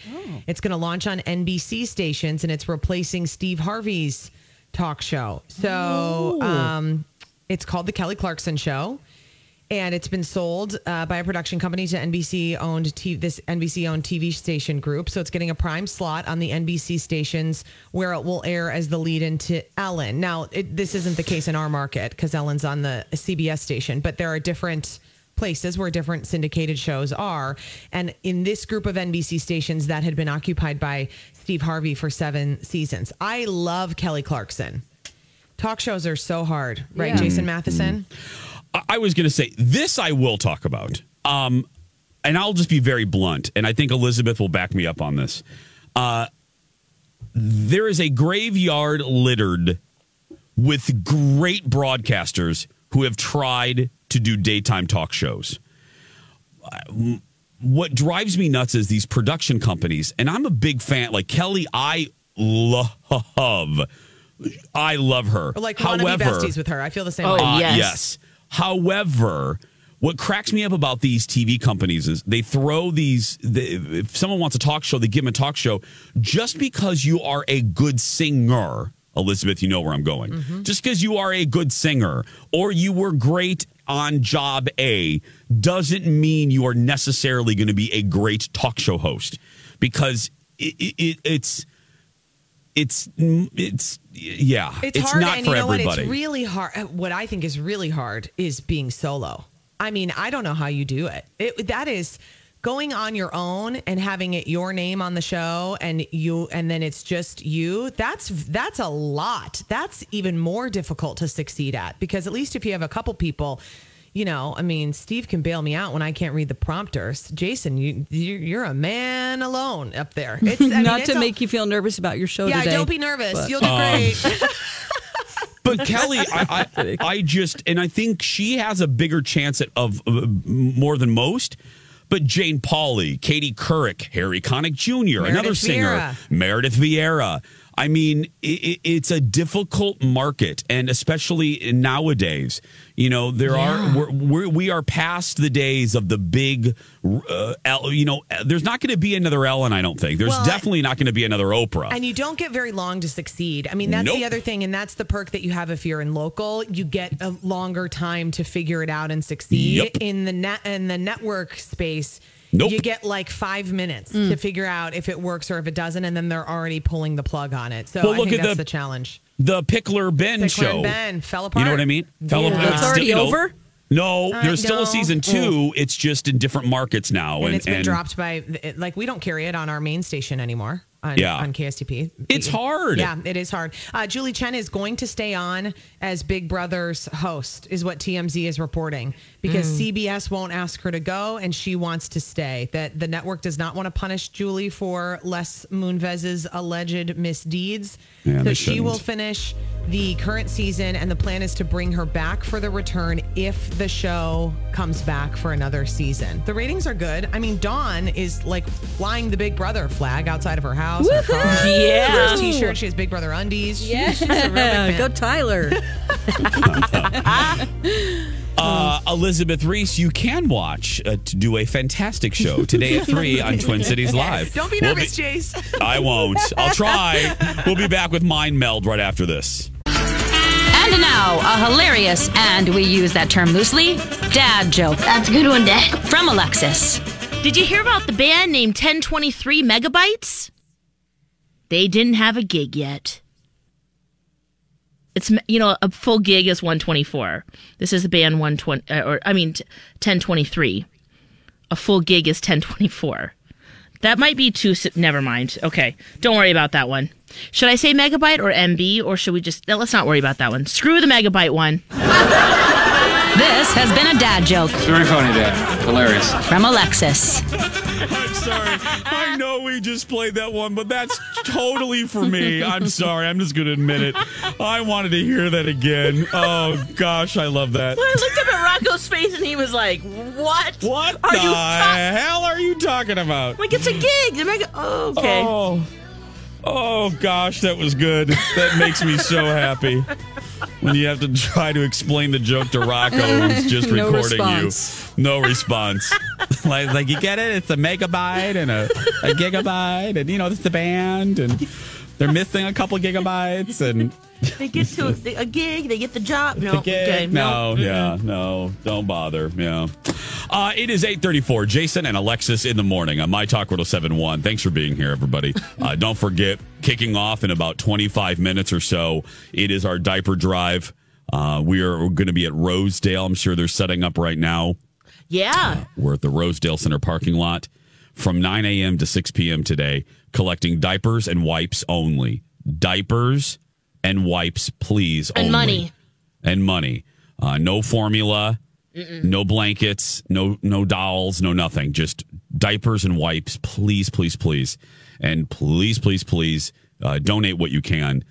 Speaker 16: It's going to launch on NBC stations and it's replacing Steve Harvey's talk show. So um, it's called The Kelly Clarkson Show. And it's been sold uh, by a production company to NBC owned t- this NBC owned TV station group. So it's getting a prime slot on the NBC stations where it will air as the lead into Ellen. Now, it, this isn't the case in our market because Ellen's on the CBS station, but there are different places where different syndicated shows are. And in this group of NBC stations that had been occupied by Steve Harvey for seven seasons, I love Kelly Clarkson. Talk shows are so hard, right,
Speaker 5: Yeah. Mm-hmm.
Speaker 16: Jason Matheson?
Speaker 5: I- I was going to say this. I will talk about. Um, and I'll just be very blunt, and I think Elizabeth will back me up on this. Uh, there is a graveyard littered with great broadcasters who have tried to do daytime talk shows. Uh, What drives me nuts is these production companies, and I'm a big fan. Like Kelly, I love, I love her.
Speaker 16: Or like wanna be
Speaker 5: however,
Speaker 16: besties with her. I feel the same way.
Speaker 5: uh, yes. However, what cracks me up about these TV companies is they throw these. They, if someone wants a talk show, they give them a talk show. Just because you are a good singer, Elizabeth, you know where I'm going.
Speaker 16: Mm-hmm.
Speaker 5: Just because you are a good singer or you were great on job A doesn't mean you are necessarily going to be a great talk show host because it, it, it, it's it's it's yeah
Speaker 16: It's, hard,
Speaker 5: not
Speaker 16: and
Speaker 5: for
Speaker 16: you know
Speaker 5: everybody.
Speaker 16: what? It's really hard. uh, What I think is really hard is being solo. I mean, I don't know how you do it. it that is going on your own and having it your name on the show and you and then it's just you that's that's a lot that's even more difficult to succeed at because at least if you have a couple people you know i mean steve can bail me out when i can't read the prompters jason you you- you're a man alone up there it's I mean,
Speaker 4: not
Speaker 16: it's
Speaker 4: to
Speaker 16: a-
Speaker 4: make you feel nervous about your show
Speaker 16: yeah
Speaker 4: today.
Speaker 16: don't be nervous
Speaker 4: but-
Speaker 16: you'll
Speaker 5: Um,
Speaker 16: do great
Speaker 5: But Kelly, I, I, I just, and I think she has a bigger chance at, of uh, more than most. But Jane Pauley, Katie Couric, Harry Connick Jr., another singer,
Speaker 16: Vieira.
Speaker 5: Meredith Vieira. I mean, i i it's a difficult market, and especially nowadays, you know, there are we're, we're, we are past the days of the big, uh, L, you know, there's not going to be another Ellen, I don't think. There's
Speaker 16: Well,
Speaker 5: definitely not going to be another Oprah.
Speaker 16: And you don't get very long to succeed. I mean, that's
Speaker 5: Nope.
Speaker 16: the other thing, and that's the perk that you have if you're in local. You get a longer time to figure it out and succeed.
Speaker 5: Yep.
Speaker 16: In the net in the network space,
Speaker 5: Nope.
Speaker 16: you get like five minutes
Speaker 5: Mm.
Speaker 16: to figure out if it works or if it doesn't, and then they're already pulling the plug on it. So
Speaker 5: Well,
Speaker 16: I
Speaker 5: look
Speaker 16: think
Speaker 5: at
Speaker 16: that's
Speaker 5: the-
Speaker 16: the, challenge.
Speaker 5: the Pickler Ben
Speaker 16: Pickler and
Speaker 5: show.
Speaker 16: Ben fell
Speaker 5: You
Speaker 16: apart.
Speaker 5: know what I mean? Fell
Speaker 16: Yeah. Uh,
Speaker 5: apart.
Speaker 16: That's
Speaker 5: It's
Speaker 16: already
Speaker 5: you know,
Speaker 16: over?
Speaker 5: No,
Speaker 16: I
Speaker 5: there's still a
Speaker 16: know.
Speaker 5: season two. It's just in different markets now,
Speaker 16: And, it's been dropped by like we don't carry it on our main station anymore. on,
Speaker 5: Yeah.
Speaker 16: on KSTP.
Speaker 5: It's hard.
Speaker 16: Yeah, it is hard. Uh, Julie Chen is going to stay on as Big Brother's host, is what TMZ is reporting, because
Speaker 5: Hmm.
Speaker 17: Mm.
Speaker 16: CBS won't ask her to go and she wants to stay. That the network does not want to punish Julie for Les Moonves's alleged misdeeds.
Speaker 5: Yeah,
Speaker 16: so
Speaker 5: they
Speaker 16: she will
Speaker 5: shouldn't.
Speaker 16: finish the current season, and the plan is to bring her back for the return if the show comes back for another season. The ratings are good. I mean, Dawn is like flying the Big Brother flag outside of her house. Her car,
Speaker 4: Woohoo!
Speaker 16: She wears
Speaker 4: Yeah.
Speaker 16: t-shirt. She has Big Brother undies. She-
Speaker 4: Yeah.
Speaker 16: she's a real big fan.
Speaker 4: Go Tyler.
Speaker 5: Uh, Elizabeth Reese, you can watch uh, to do a fantastic show today at 3 on Twin Cities Live.
Speaker 16: Don't be
Speaker 5: We'll
Speaker 16: nervous, Jace.
Speaker 5: I won't. I'll try. We'll be back with Mind Meld right after this.
Speaker 16: Uh,
Speaker 2: And now, a hilarious, and we use that term loosely, dad joke. That's a good one, Dad. From Alexis.
Speaker 6: Did you hear about the band named 1023 Megabytes? They didn't have a gig yet. It's you know a full gig is 124. This is the band 120 uh, or I mean t- 1023. A full gig is 1024. That might be too. s- Never mind. Okay, don't worry about that one. Should I say megabyte or MB or should we just no, let's not worry about that one. Screw the megabyte one.
Speaker 2: This has been a dad joke
Speaker 18: Very funny, Dad. Hilarious.
Speaker 2: from Alexis.
Speaker 5: I'm sorry. I know we just played that one, but that's totally for me. I'm sorry. I'm just going to admit it. I wanted to hear that again. Oh, gosh. I love that.
Speaker 6: I looked up at Rocco's face and he was like, "What?
Speaker 5: What
Speaker 6: are
Speaker 5: the
Speaker 6: you?" ta-
Speaker 5: hell are you talking about?
Speaker 6: like it's a gig. The mega. Oh, okay.
Speaker 5: Oh. Oh gosh, that was good. That makes me so happy. When you have to try to explain the joke to Rocco, who's just
Speaker 4: No
Speaker 5: recording
Speaker 4: response.
Speaker 5: you, no response. like, like you get it? It's a megabyte and a, a gigabyte, and you know it's the band, and they're missing a couple gigabytes, and
Speaker 6: They get to a, a gig. They get the job. No.
Speaker 5: the gig.
Speaker 6: okay,
Speaker 5: no, yeah, no, don't bother. Yeah, uh, it is eight thirty-four. Jason and Alexis in the morning on My Talk World Seven One. Thanks for being here, everybody. Uh, don't forget, kicking off in about twenty-five minutes or so. It is our diaper drive. Uh, we are going to be at Rosedale. I'm sure they're setting up right now.
Speaker 6: Yeah.
Speaker 5: We're at the Rosedale Center parking lot from 9 a.m. to 6 p.m. today, collecting diapers and wipes only. Diapers and wipes, please.
Speaker 6: And
Speaker 5: only.
Speaker 6: money.
Speaker 5: And money. Uh, no formula, no blankets, no no dolls, no nothing. Just diapers and wipes, please, please, please, and please, please, please uh, donate what you can.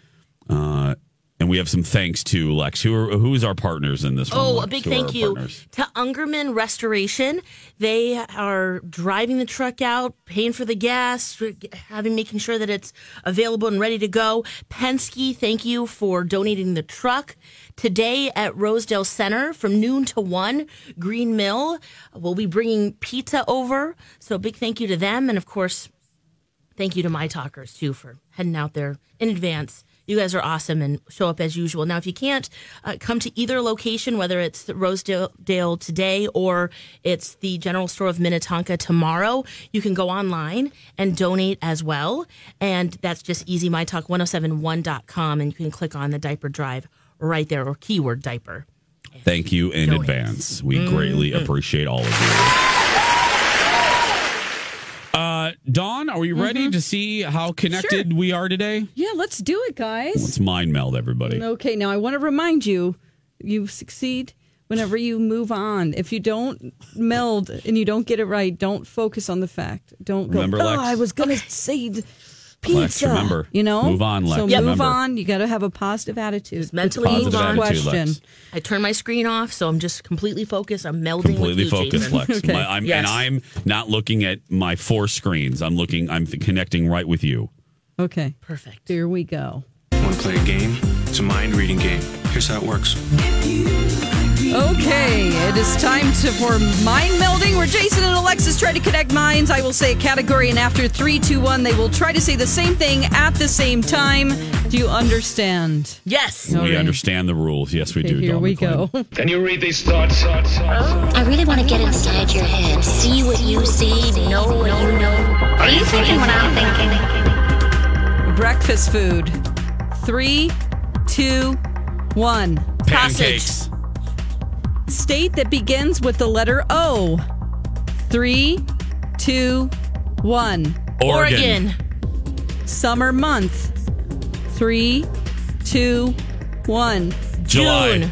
Speaker 5: Uh, and we have some thanks to Lex. Who are, who's our partners in this? one,
Speaker 6: Oh, a
Speaker 5: Lex?
Speaker 6: big
Speaker 5: Who are
Speaker 6: thank
Speaker 5: our
Speaker 6: you
Speaker 5: partners?
Speaker 6: to Ungerman Restoration. They are driving the truck out, paying for the gas, having making sure that it's available and ready to go. Penske, thank you for donating the truck. Today at Rosedale Center from noon to 1, Green Mill will be bringing pizza over. So a big thank you to them and of course thank you to my talkers too for heading out there in advance. You guys are awesome and show up as usual. Now, if you can't uh, come to either location, whether it's the Rosedale Dale today or it's the General Store of Minnetonka tomorrow, you can go online and donate as well. And that's just easymytalk1071.com and you can click on the diaper drive right there or keyword diaper.
Speaker 5: Thank you in advance. We
Speaker 6: Mm-hmm.
Speaker 5: greatly appreciate all of you. Uh, Dawn, are we ready
Speaker 6: Mm-hmm.
Speaker 5: to see how connected we are today?
Speaker 4: yeah, let's do it, guys.
Speaker 5: Let's mind meld everybody.
Speaker 4: Okay, now I want to remind you you succeed whenever you move on. If you don't meld and you don't get it right, don't focus on the fact. Don't go,
Speaker 5: Remember, Lex?
Speaker 4: oh, I was going to say the pizza.
Speaker 5: remember.
Speaker 4: You know?
Speaker 5: Move on, Lex,
Speaker 4: So
Speaker 5: Yep.
Speaker 4: move
Speaker 5: remember.
Speaker 4: on. You got to have a positive attitude.
Speaker 6: mentally Positive move on.
Speaker 5: attitude, Lex.
Speaker 4: Question.
Speaker 6: I turn my screen off, so I'm just completely focused. I'm melding
Speaker 5: Completely
Speaker 6: with you,
Speaker 5: focused,
Speaker 6: Jason.
Speaker 5: Lex. My- I'm,
Speaker 6: Yes.
Speaker 5: And I'm not looking at my four screens. I'm looking, I'm connecting right with you.
Speaker 4: Okay.
Speaker 6: Perfect.
Speaker 4: Here we go.
Speaker 19: Want to play a game? It's a mind reading game. Here's how it works.
Speaker 4: Okay, it is time to for mind melding, where Jason and Alexis try to connect minds. I will say a category, and after three, two, one, they will try to say the same thing at the same time. Do you understand?
Speaker 6: Yes.
Speaker 5: We understand the rules. Yes, we
Speaker 4: Okay,
Speaker 5: do.
Speaker 4: here
Speaker 5: Dawn
Speaker 4: we
Speaker 5: McClain.
Speaker 4: go.
Speaker 1: Can you read these thoughts?
Speaker 20: I really want to get inside your head, see what you see, know what you know. Are you thinking what I'm thinking?
Speaker 4: Breakfast food. Three, two, one.
Speaker 5: Pancakes.
Speaker 4: State that begins with the letter O. Three, two, one.
Speaker 5: Oregon.
Speaker 6: Oregon.
Speaker 4: summer month. Three, two, one.
Speaker 5: July.
Speaker 4: June.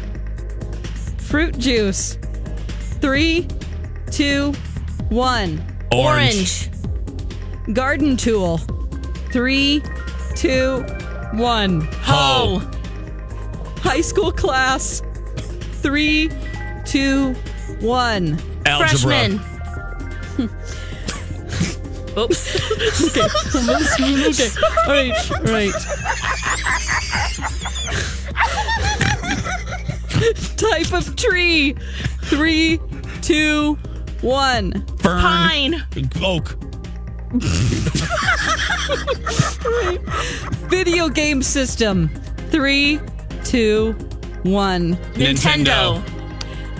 Speaker 4: Fruit juice. Three, two, one.
Speaker 5: Orange.
Speaker 4: Garden tool. Three, two, one.
Speaker 5: Hoe.
Speaker 4: High school class. Three, two, one.
Speaker 5: Algebra.
Speaker 6: Freshman. Oops. okay. okay.
Speaker 4: All right. All right. Type of tree. Three, two, one.
Speaker 5: Fern.
Speaker 6: Pine.
Speaker 5: Oak.
Speaker 4: Video game system. Three, two, one.
Speaker 5: Nintendo.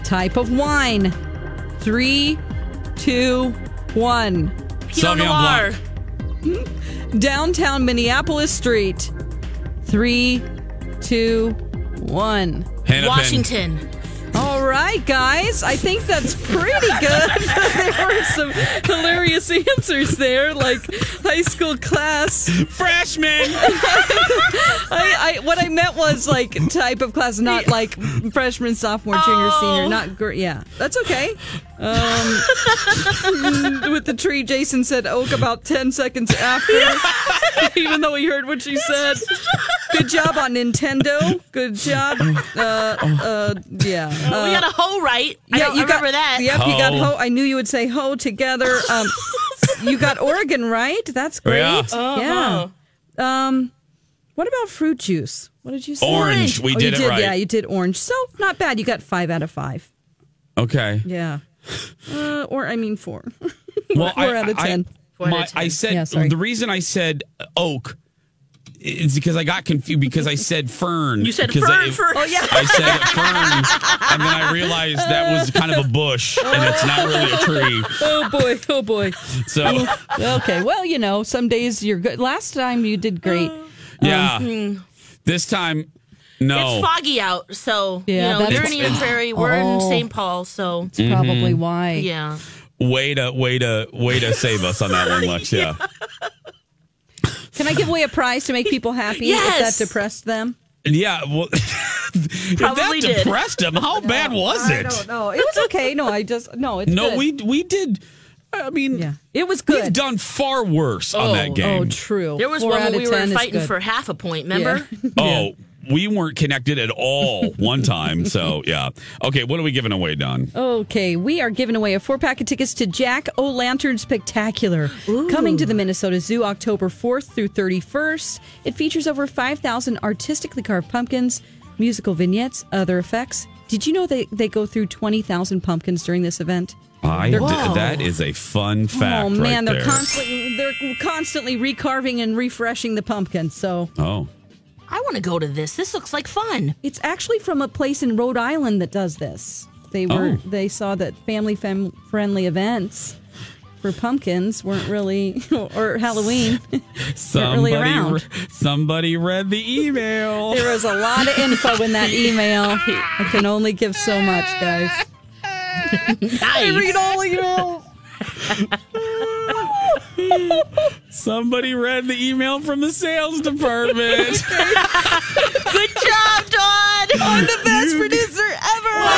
Speaker 4: Type of wine. Three, two, one.
Speaker 5: Sauvignon Blanc.
Speaker 4: Downtown Minneapolis Street. Three, two, one.
Speaker 5: Hennepin.
Speaker 6: Washington.
Speaker 4: All right, guys. I think that's pretty good. there were some hilarious answers there, like high school class.
Speaker 5: Freshman.
Speaker 4: I, I what I meant was like type of class, not like freshman, sophomore, junior,
Speaker 6: Oh.
Speaker 4: senior. Not gr- yeah, that's okay. Um, with the tree, Jason said oak about ten seconds after, even though he heard what she said. Good job on Nintendo. Good job. Uh, uh, yeah. Uh,
Speaker 6: we got a hoe right. Yeah, I don't remember
Speaker 4: got,
Speaker 6: that.
Speaker 4: Yep, you got
Speaker 5: Ho.
Speaker 4: ho. I knew you would say ho together. Um, you got Oregon right. That's great.
Speaker 5: Yeah.
Speaker 6: Uh-huh.
Speaker 4: Yeah. Um, what about fruit juice? What did you say?
Speaker 5: Orange. We
Speaker 4: Oh,
Speaker 5: did
Speaker 4: you
Speaker 5: it
Speaker 4: did,
Speaker 5: right.
Speaker 4: Yeah, you did orange. So not bad. You got five out of five.
Speaker 5: Okay.
Speaker 4: Yeah. Uh, or I mean four.
Speaker 5: Well,
Speaker 4: Four out of 10.
Speaker 5: I, my- I said
Speaker 4: Yeah, sorry.
Speaker 5: the reason I said oak is because I got confused because I said fern.
Speaker 6: You said
Speaker 5: because I-
Speaker 6: fern first.
Speaker 4: Oh yeah.
Speaker 5: I said fern, and then I realized that was kind of a bush, and it's not really a tree.
Speaker 4: Oh boy. Oh boy.
Speaker 5: So,
Speaker 4: Okay. Well, you know, some days you're good. Last time you did great. Um, hmm.
Speaker 5: yeah. This time, no.
Speaker 6: It's foggy out, so
Speaker 4: Yeah,
Speaker 6: you know
Speaker 4: that's-
Speaker 6: you're in Eden Prairie. We're in
Speaker 4: Oh.
Speaker 6: St. Paul, so
Speaker 4: That's probably
Speaker 5: Mm-hmm.
Speaker 4: why.
Speaker 6: yeah.
Speaker 5: Way to, way to, way to save us on that one, Lex. Yeah.
Speaker 4: Can I give away a prize to make people happy
Speaker 6: Yes.
Speaker 4: if that depressed them?
Speaker 5: Yeah. Well, if
Speaker 6: Probably
Speaker 5: that
Speaker 6: did.
Speaker 5: depressed him. How bad was it?
Speaker 4: No, Oh, it was okay. No, I just no. It's
Speaker 5: No,
Speaker 4: good.
Speaker 5: we we did. I mean,
Speaker 4: Yeah. It was good.
Speaker 5: We've done far worse on that game.
Speaker 4: Oh, true.
Speaker 6: There was
Speaker 4: Four
Speaker 6: one
Speaker 4: out
Speaker 6: when
Speaker 4: of
Speaker 6: we were
Speaker 4: 10 is
Speaker 6: fighting
Speaker 4: good.
Speaker 6: for half a point. Remember?
Speaker 5: Oh, we weren't connected at all one time. So yeah. Okay, what are we giving away, Don?
Speaker 4: Okay, we are giving away a four pack of tickets to Jack O' Lantern Spectacular coming to the Minnesota Zoo October 4th through 31st. It features over 5,000 artistically carved pumpkins, musical vignettes, other effects. Did you know they, they go through 20,000 pumpkins during this event?
Speaker 5: I
Speaker 4: They're-
Speaker 5: did, that is a fun fact.
Speaker 4: oh man,
Speaker 5: right
Speaker 4: they're
Speaker 5: there.
Speaker 4: constantly they're constantly recarving and refreshing the pumpkin. So
Speaker 5: oh.
Speaker 6: I want to go to this. This looks like fun.
Speaker 4: it's actually from a place in Rhode Island that does this. They were
Speaker 5: Oh.
Speaker 4: they saw that family fam- friendly events for pumpkins weren't really or Halloween. weren't really
Speaker 5: Somebody,
Speaker 4: around.
Speaker 5: re- somebody read the email.
Speaker 4: there was a lot of info in that email. I can only give so much, guys.
Speaker 6: Nice.
Speaker 4: all email.
Speaker 5: Somebody read the email from the sales department.
Speaker 6: Good job, Dawn. I'm the best producer ever.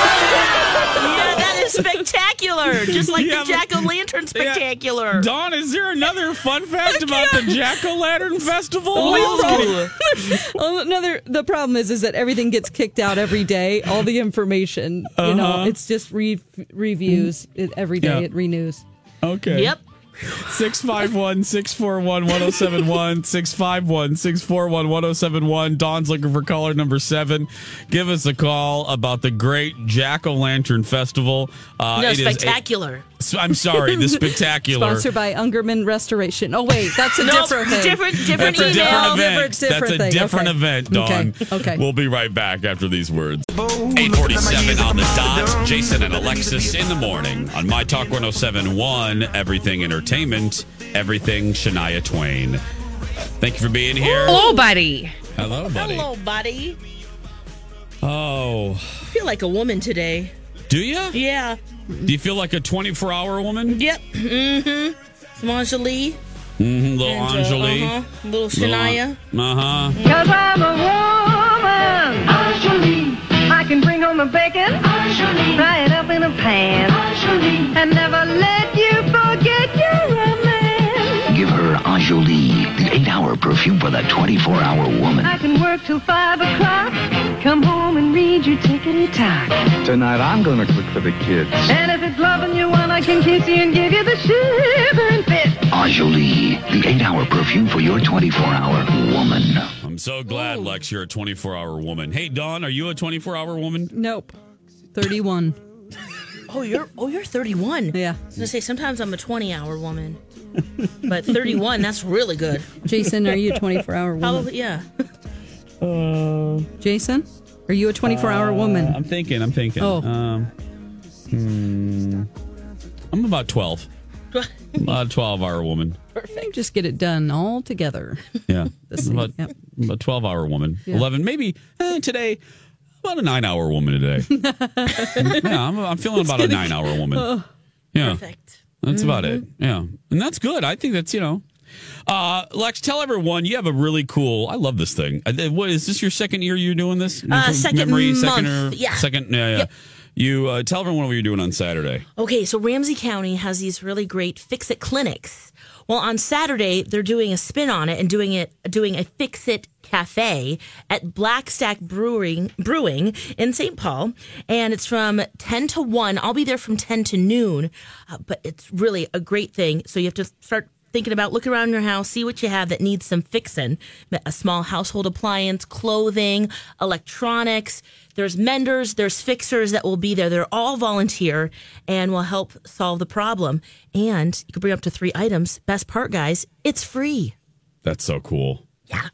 Speaker 6: yeah, that is spectacular. Just like
Speaker 5: Yeah,
Speaker 6: the
Speaker 5: but-
Speaker 6: jack o' lantern spectacular.
Speaker 5: Don, is there another fun fact about the Jack O' Lantern Festival?
Speaker 6: Ooh.
Speaker 4: Oh, another the problem is is that everything gets kicked out every day. All the information, you know,
Speaker 5: Uh-huh.
Speaker 4: it's just re- reviews it, every day.
Speaker 5: Mm-hmm. Yeah.
Speaker 4: It renews.
Speaker 5: Okay.
Speaker 6: Yep.
Speaker 5: 651 641 1071. 651 641 1071. Don's looking for caller number seven. Give us a call about the great Jack O' Lantern Festival. Uh,
Speaker 6: No,
Speaker 5: it is a-
Speaker 6: spectacular.
Speaker 5: s- I'm sorry, the spectacular.
Speaker 4: Sponsored by Ungerman Restoration. Oh wait, that's a
Speaker 6: Nope,
Speaker 4: different thing.
Speaker 6: different, different
Speaker 5: That's a
Speaker 6: email.
Speaker 5: different event.
Speaker 4: Different- different
Speaker 5: That's a
Speaker 4: thing.
Speaker 5: different
Speaker 4: Okay.
Speaker 5: event, Don.
Speaker 4: Okay. Okay.
Speaker 5: We'll be right back after these words. 847 on the dot. Jason and Alexis in the morning on My Talk 1071, Everything Entertainment, Everything Shania Twain. Thank you for being here.
Speaker 14: Hello, buddy.
Speaker 5: Hello, buddy.
Speaker 6: Oh, Hello, buddy.
Speaker 5: Oh,
Speaker 6: I feel like a woman today.
Speaker 5: do you?
Speaker 6: Yeah.
Speaker 5: Do you feel like a 24 hour woman?
Speaker 6: Yep. Mm-hmm. Smangeli.
Speaker 5: Mm-hmm, little
Speaker 6: And, uh,
Speaker 5: Anjali.
Speaker 6: uh-huh, little Shania.
Speaker 5: Uh huh.
Speaker 3: Cause I'm a woman. Anjali. I can bring on the bacon. Anjali. Fry it up in a pan. Anjali. And never let you forget you're a man.
Speaker 11: Give her Anjoli, the eight-hour perfume for the 24-hour woman.
Speaker 3: I can work till five o'clock. Come home and read your tickety tock.
Speaker 21: Tonight I'm gonna cook for the kids.
Speaker 3: And if it's loving you one, I can kiss you and give you the shivering fit.
Speaker 11: Anjoli, the eight-hour perfume for your 24-hour woman.
Speaker 5: I'm so glad, Lex, you're a 24 hour woman. Hey, Dawn, are you a 24 hour woman?
Speaker 4: Nope. 31.
Speaker 6: Oh, you're oh you're 31.
Speaker 4: Yeah.
Speaker 6: I was gonna say sometimes I'm a 20 hour woman, but 31 that's really good.
Speaker 4: Jason, are you a 24 hour woman?
Speaker 6: Probably yeah.
Speaker 5: Uh,
Speaker 4: Jason, are you a 24 hour woman?
Speaker 5: I'm thinking. I'm thinking.
Speaker 4: Oh.
Speaker 5: Um, hmm. I'm about 12. I'm about a 12 hour woman.
Speaker 4: Perfect. Just get it done all together.
Speaker 5: Yeah.
Speaker 4: This
Speaker 5: I'm
Speaker 4: thing,
Speaker 5: about,
Speaker 4: yep.
Speaker 5: I'm about 12 hour woman.
Speaker 4: Yeah.
Speaker 5: 11, maybe eh, today, about a nine hour woman today. yeah, I'm, I'm feeling about a nine hour woman.
Speaker 4: Oh,
Speaker 5: Yeah.
Speaker 6: Perfect. Mm-hmm.
Speaker 5: That's about it.
Speaker 4: Mm-hmm.
Speaker 5: Yeah. And that's good. I think that's, you know. Uh, Lex, tell everyone you have a really cool. I love this thing. Uh, What is this your second year you're doing this?
Speaker 6: Uh, second
Speaker 5: Memory, second
Speaker 6: month.
Speaker 5: or
Speaker 6: Yeah.
Speaker 5: second. Yeah, yeah. You uh, tell everyone what you're doing on Saturday.
Speaker 6: Okay, so Ramsey County has these really great fix it clinics. Well, on Saturday they're doing a spin on it and doing it doing a fix it cafe at Black Stack Brewing Brewing in St. Paul, and it's from 10 to 1. I'll be there from 10 to noon, uh, but it's really a great thing. So you have to start thinking about look around your house see what you have that needs some fixing a small household appliance clothing electronics there's menders there's fixers that will be there they're all volunteer and will help solve the problem and you can bring up to three items best part guys it's free
Speaker 5: That's so cool.
Speaker 6: yeah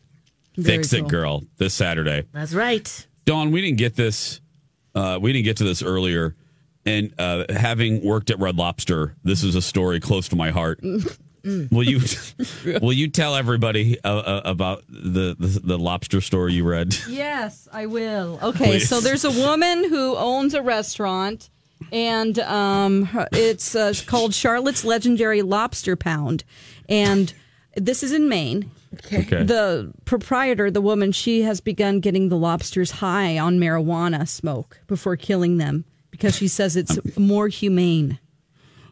Speaker 4: very
Speaker 5: Fix
Speaker 4: cool.
Speaker 5: it, girl. This Saturday.
Speaker 6: that's right
Speaker 5: Dawn, we didn't get this. Uh, we didn't get to this earlier. And uh, having worked at Red Lobster, this is a story close to my heart. will you will you tell everybody uh, uh, about the, the the lobster story you read?
Speaker 4: Yes, I will. Okay,
Speaker 5: Please.
Speaker 4: so there's a woman who owns a restaurant, and um, her- it's uh, called Charlotte's Legendary Lobster Pound, and this is in Maine.
Speaker 5: Okay.
Speaker 4: The proprietor, the woman, she has begun getting the lobsters high on marijuana smoke before killing them because she says it's more humane.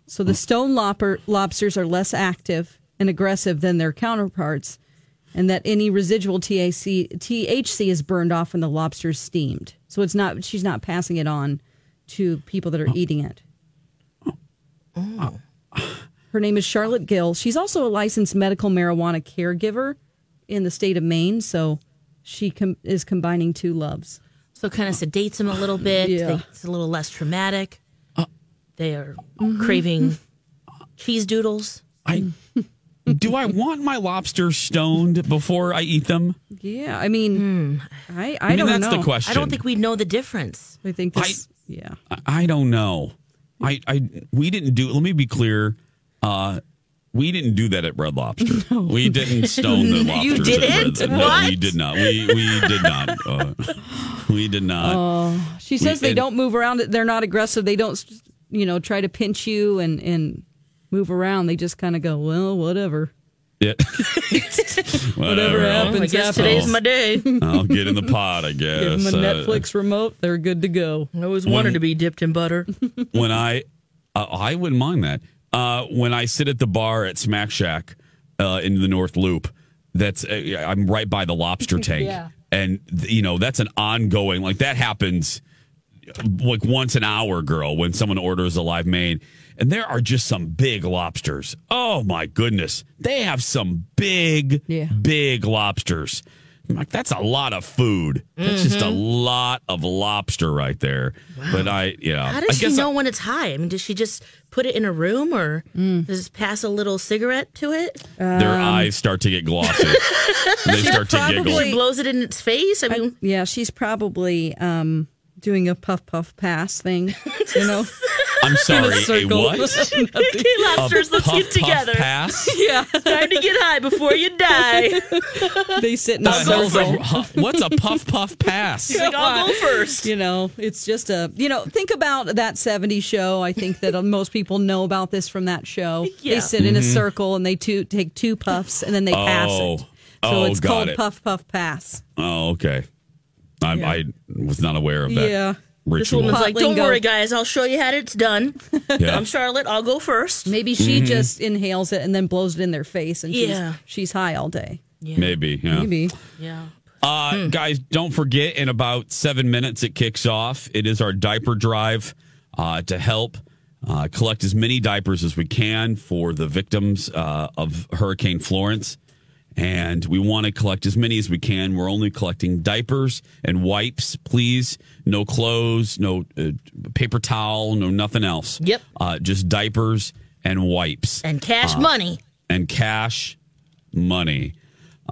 Speaker 4: So the stone lopper, lobsters are less active and aggressive than their counterparts, and that any residual THC, THC is burned off when the lobster is steamed. So it's not she's not passing it on to people that are eating it. Her name is Charlotte Gill. She's also a licensed medical marijuana caregiver in the state of Maine. So she com- is combining two loves.
Speaker 6: so it kind of sedates them a little bit
Speaker 4: Yeah.
Speaker 6: it's a little less traumatic
Speaker 5: Uh.
Speaker 6: they are
Speaker 4: Mm-hmm.
Speaker 6: craving cheese doodles
Speaker 5: I do I want my lobster stoned before I eat them?
Speaker 4: Yeah, I mean, I, I,
Speaker 5: mean,
Speaker 4: don't
Speaker 5: that's
Speaker 4: know.
Speaker 5: the question.
Speaker 6: Hmm. i don't think we know the difference
Speaker 4: I think this. yeah.
Speaker 5: I, I don't know. I, I we didn't do. Let me be clear. Uh, we didn't do that at Red Lobster. We didn't stone the lobsters.
Speaker 6: You
Speaker 5: At Red,
Speaker 6: didn't?
Speaker 5: No, we
Speaker 6: What?
Speaker 5: did not. We we did not. Uh, we did
Speaker 4: Oh,
Speaker 5: not.
Speaker 4: She says they
Speaker 5: Uh, and-
Speaker 4: don't move around. They're not aggressive. They don't, you know, try to pinch you and and move around. They just kind of go, well, whatever.
Speaker 5: Yeah.
Speaker 4: Whatever
Speaker 5: I'll,
Speaker 4: happened.
Speaker 6: i guess today's my day
Speaker 5: I'll get in the pot. I guess.
Speaker 4: Give them a
Speaker 5: Uh,
Speaker 4: Netflix remote. They're good to go.
Speaker 6: I always wanted to be dipped in butter.
Speaker 5: when I, uh, I wouldn't mind that. Uh, when I sit at the bar at Smack Shack uh, in the North Loop, that's uh, I'm right by the lobster tank,
Speaker 4: Yeah.
Speaker 5: and th- you know that's an ongoing like that happens like once an hour, girl, when someone orders a live main, and there are just some big lobsters. Oh my goodness, they have some big,
Speaker 4: Yeah.
Speaker 5: big lobsters. I'm like, that's a lot of food. That's just
Speaker 6: Mm-hmm.
Speaker 5: a lot of lobster right there. But I, yeah,
Speaker 6: How
Speaker 5: I
Speaker 6: does she
Speaker 5: guess I-
Speaker 6: know when it's high? I mean, does she just put it in a room or
Speaker 4: Hmm.
Speaker 6: does it pass a little cigarette to it?
Speaker 5: their
Speaker 4: Um,
Speaker 6: Um,
Speaker 5: eyes start to get glossy. they start to
Speaker 4: probably-
Speaker 5: giggle.
Speaker 6: Blows it in its face? I mean,
Speaker 4: Yeah, she's probably um, doing a puff puff pass thing. You know,
Speaker 5: I'm sorry. A
Speaker 4: circle.
Speaker 5: what?
Speaker 6: Okay, lobsters,
Speaker 5: A
Speaker 6: let's
Speaker 5: puff,
Speaker 6: get together.
Speaker 5: Puff pass?
Speaker 4: yeah,
Speaker 6: Time to get high before you die.
Speaker 4: they sit in
Speaker 5: The
Speaker 4: a
Speaker 5: hell's
Speaker 4: circle.
Speaker 5: a, huh, what's a puff puff pass?
Speaker 6: Like, I'll go first.
Speaker 4: You know, it's just a, you know, think about that 70s show. I think that uh, most people know about this from that show. They
Speaker 6: Yeah.
Speaker 4: sit in a circle and they two, take two puffs and then they pass
Speaker 5: Mm-hmm. Oh.
Speaker 4: it. So
Speaker 5: Oh,
Speaker 4: it's
Speaker 5: got
Speaker 4: called
Speaker 5: it.
Speaker 4: Puff Puff Pass.
Speaker 5: Oh, okay. I, I was not aware of that
Speaker 4: Yeah.
Speaker 6: This
Speaker 5: ritual.
Speaker 6: woman's like, don't
Speaker 4: Lingo.
Speaker 6: worry, guys. I'll show you how it's done.
Speaker 5: Yeah. Mm-hmm.
Speaker 6: I'm Charlotte. I'll go first.
Speaker 4: Maybe she just inhales it and then blows it in their face and
Speaker 6: Yeah.
Speaker 4: she's, she's high all day.
Speaker 5: Maybe. Yeah.
Speaker 4: Maybe.
Speaker 6: Yeah.
Speaker 5: Uh, Guys, don't forget in about seven minutes it kicks off. It is our diaper drive uh, to help uh, collect as many diapers as we can for the victims uh, of Hurricane Florence. And we want to collect as many as we can. We're only collecting diapers and wipes, please. No clothes, no uh, paper towel, no nothing else.
Speaker 6: Yep.
Speaker 5: Uh, just diapers and wipes
Speaker 6: And cash
Speaker 5: Ah.
Speaker 6: money.
Speaker 5: and cash money.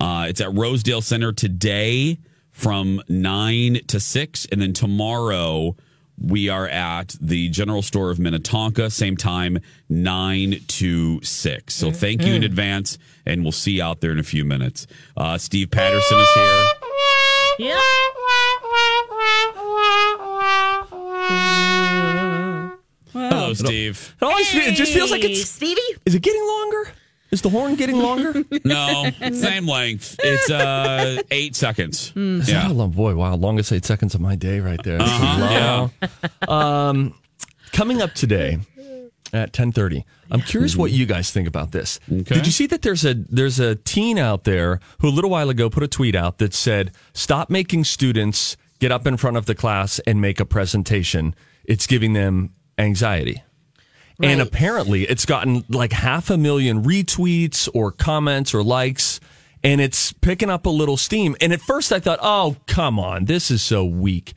Speaker 5: Uh, it's at Rosedale Center today from 9 to 6. And then tomorrow we are at the General Store of Minnetonka, same time, 9 to 6. So thank you in
Speaker 22: Mm-hmm.
Speaker 5: advance, and we'll see you out there in a few minutes. Uh, Steve Patterson is here.
Speaker 6: Yeah.
Speaker 5: Hello, Oh,
Speaker 22: Oh.
Speaker 5: Steve.
Speaker 22: It always fe- it just feels like
Speaker 6: Hey,
Speaker 22: it's.
Speaker 6: Stevie.
Speaker 22: Is it getting longer? Is the horn getting longer?
Speaker 5: No, same length. It's uh, eight seconds.
Speaker 6: Mm.
Speaker 5: Yeah.
Speaker 22: Oh, lo- boy, wow! Longest eight seconds of my day, right there.
Speaker 5: Uh-huh,
Speaker 22: Wow. Um, coming up today at ten thirty. I'm curious
Speaker 5: Mm-hmm.
Speaker 22: what you guys think about this. Did you see that there's a there's a teen out there who a little while ago put a tweet out that said, "Stop making students get up in front of the class and make a presentation. It's giving them anxiety." And
Speaker 6: Right.
Speaker 22: apparently, it's gotten like half a million retweets or comments or likes, and it's picking up a little steam. And at first, I thought, oh, come on, this is so weak.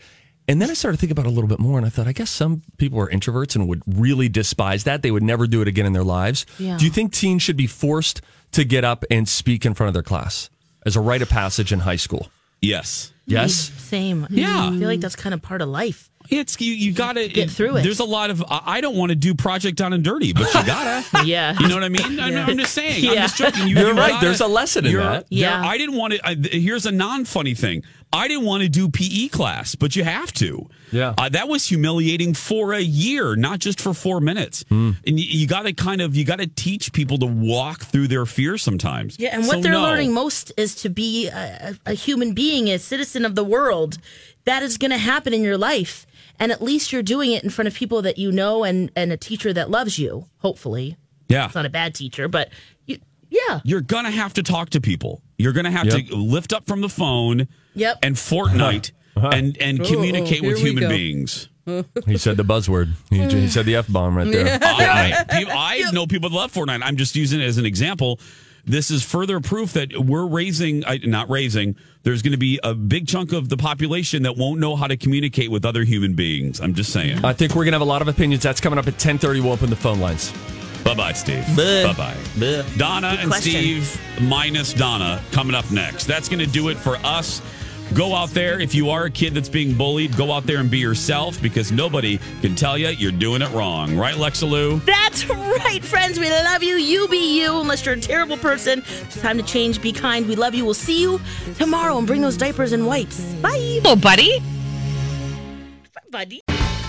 Speaker 22: And then I started thinking about it a little bit more, and I thought, I guess some people are introverts and would really despise that. They would never do it again in their lives.
Speaker 6: Yeah.
Speaker 22: Do you think teens should be forced to get up and speak in front of their class as a rite of passage in high school?
Speaker 5: Yes.
Speaker 22: Yes.
Speaker 6: Same. I
Speaker 5: Yeah.
Speaker 6: feel like that's kind of part of life.
Speaker 5: It's you. You gotta
Speaker 6: Get through it.
Speaker 5: There's a lot of. I I don't want to do Project Down and Dirty, but you gotta.
Speaker 6: Yeah.
Speaker 5: You know what I mean? I'm, I'm just saying. I'm
Speaker 6: Yeah.
Speaker 5: just joking. You,
Speaker 22: You're
Speaker 5: you
Speaker 22: right.
Speaker 5: gotta-
Speaker 22: There's a lesson in
Speaker 5: you're-
Speaker 22: that.
Speaker 5: you're-
Speaker 6: Yeah.
Speaker 5: I didn't want to. I, th- here's a non-funny thing. I didn't want to do PE class, but you have to.
Speaker 22: Yeah.
Speaker 5: Uh, that was humiliating for a year, not just for four minutes.
Speaker 22: Hmm.
Speaker 5: And you, you got to kind of you got to teach people to walk through their fear sometimes.
Speaker 6: Yeah, and what
Speaker 5: So,
Speaker 6: they're
Speaker 5: no.
Speaker 6: learning most is to be a, a a human being, a citizen of the world. That is going to happen in your life, and at least you're doing it in front of people that you know and and a teacher that loves you. Hopefully,
Speaker 5: Yeah.
Speaker 6: it's not a bad teacher, but you, yeah,
Speaker 5: You're gonna have to talk to people. You're gonna have
Speaker 22: Yep.
Speaker 5: to lift up from the phone.
Speaker 6: Yep.
Speaker 5: And Fortnite. And and communicate
Speaker 4: here
Speaker 5: with
Speaker 4: we
Speaker 5: human
Speaker 4: go.
Speaker 5: beings.
Speaker 22: Uh-huh. He said the buzzword. He, he said the F bomb right there.
Speaker 5: I, I, peop- I know people that love Fortnite. I'm just using it as an example. This is further proof that we're raising, I- not raising, there's going to be a big chunk of the population that won't know how to communicate with other human beings. I'm just saying.
Speaker 22: I think we're gonna have a lot of opinions. That's coming up at ten thirty. We'll open the phone lines.
Speaker 5: Bye bye, Steve.
Speaker 22: Bye.
Speaker 5: bye. Donna and
Speaker 6: question.
Speaker 5: Steve minus Donna coming up next. That's going to do it for us. Go out there. If you are a kid that's being bullied, go out there and be yourself because nobody can tell you you're doing it wrong. Right, Lexaloo?
Speaker 6: That's right, friends. We love you. You be you, unless you're a terrible person. It's time to change. Be kind. We love you. We'll see you tomorrow and bring those diapers and wipes. Bye.
Speaker 14: Hello, buddy.
Speaker 6: Buddy.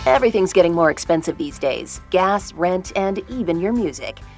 Speaker 17: Everything's getting more expensive these days gas, rent, and even your music.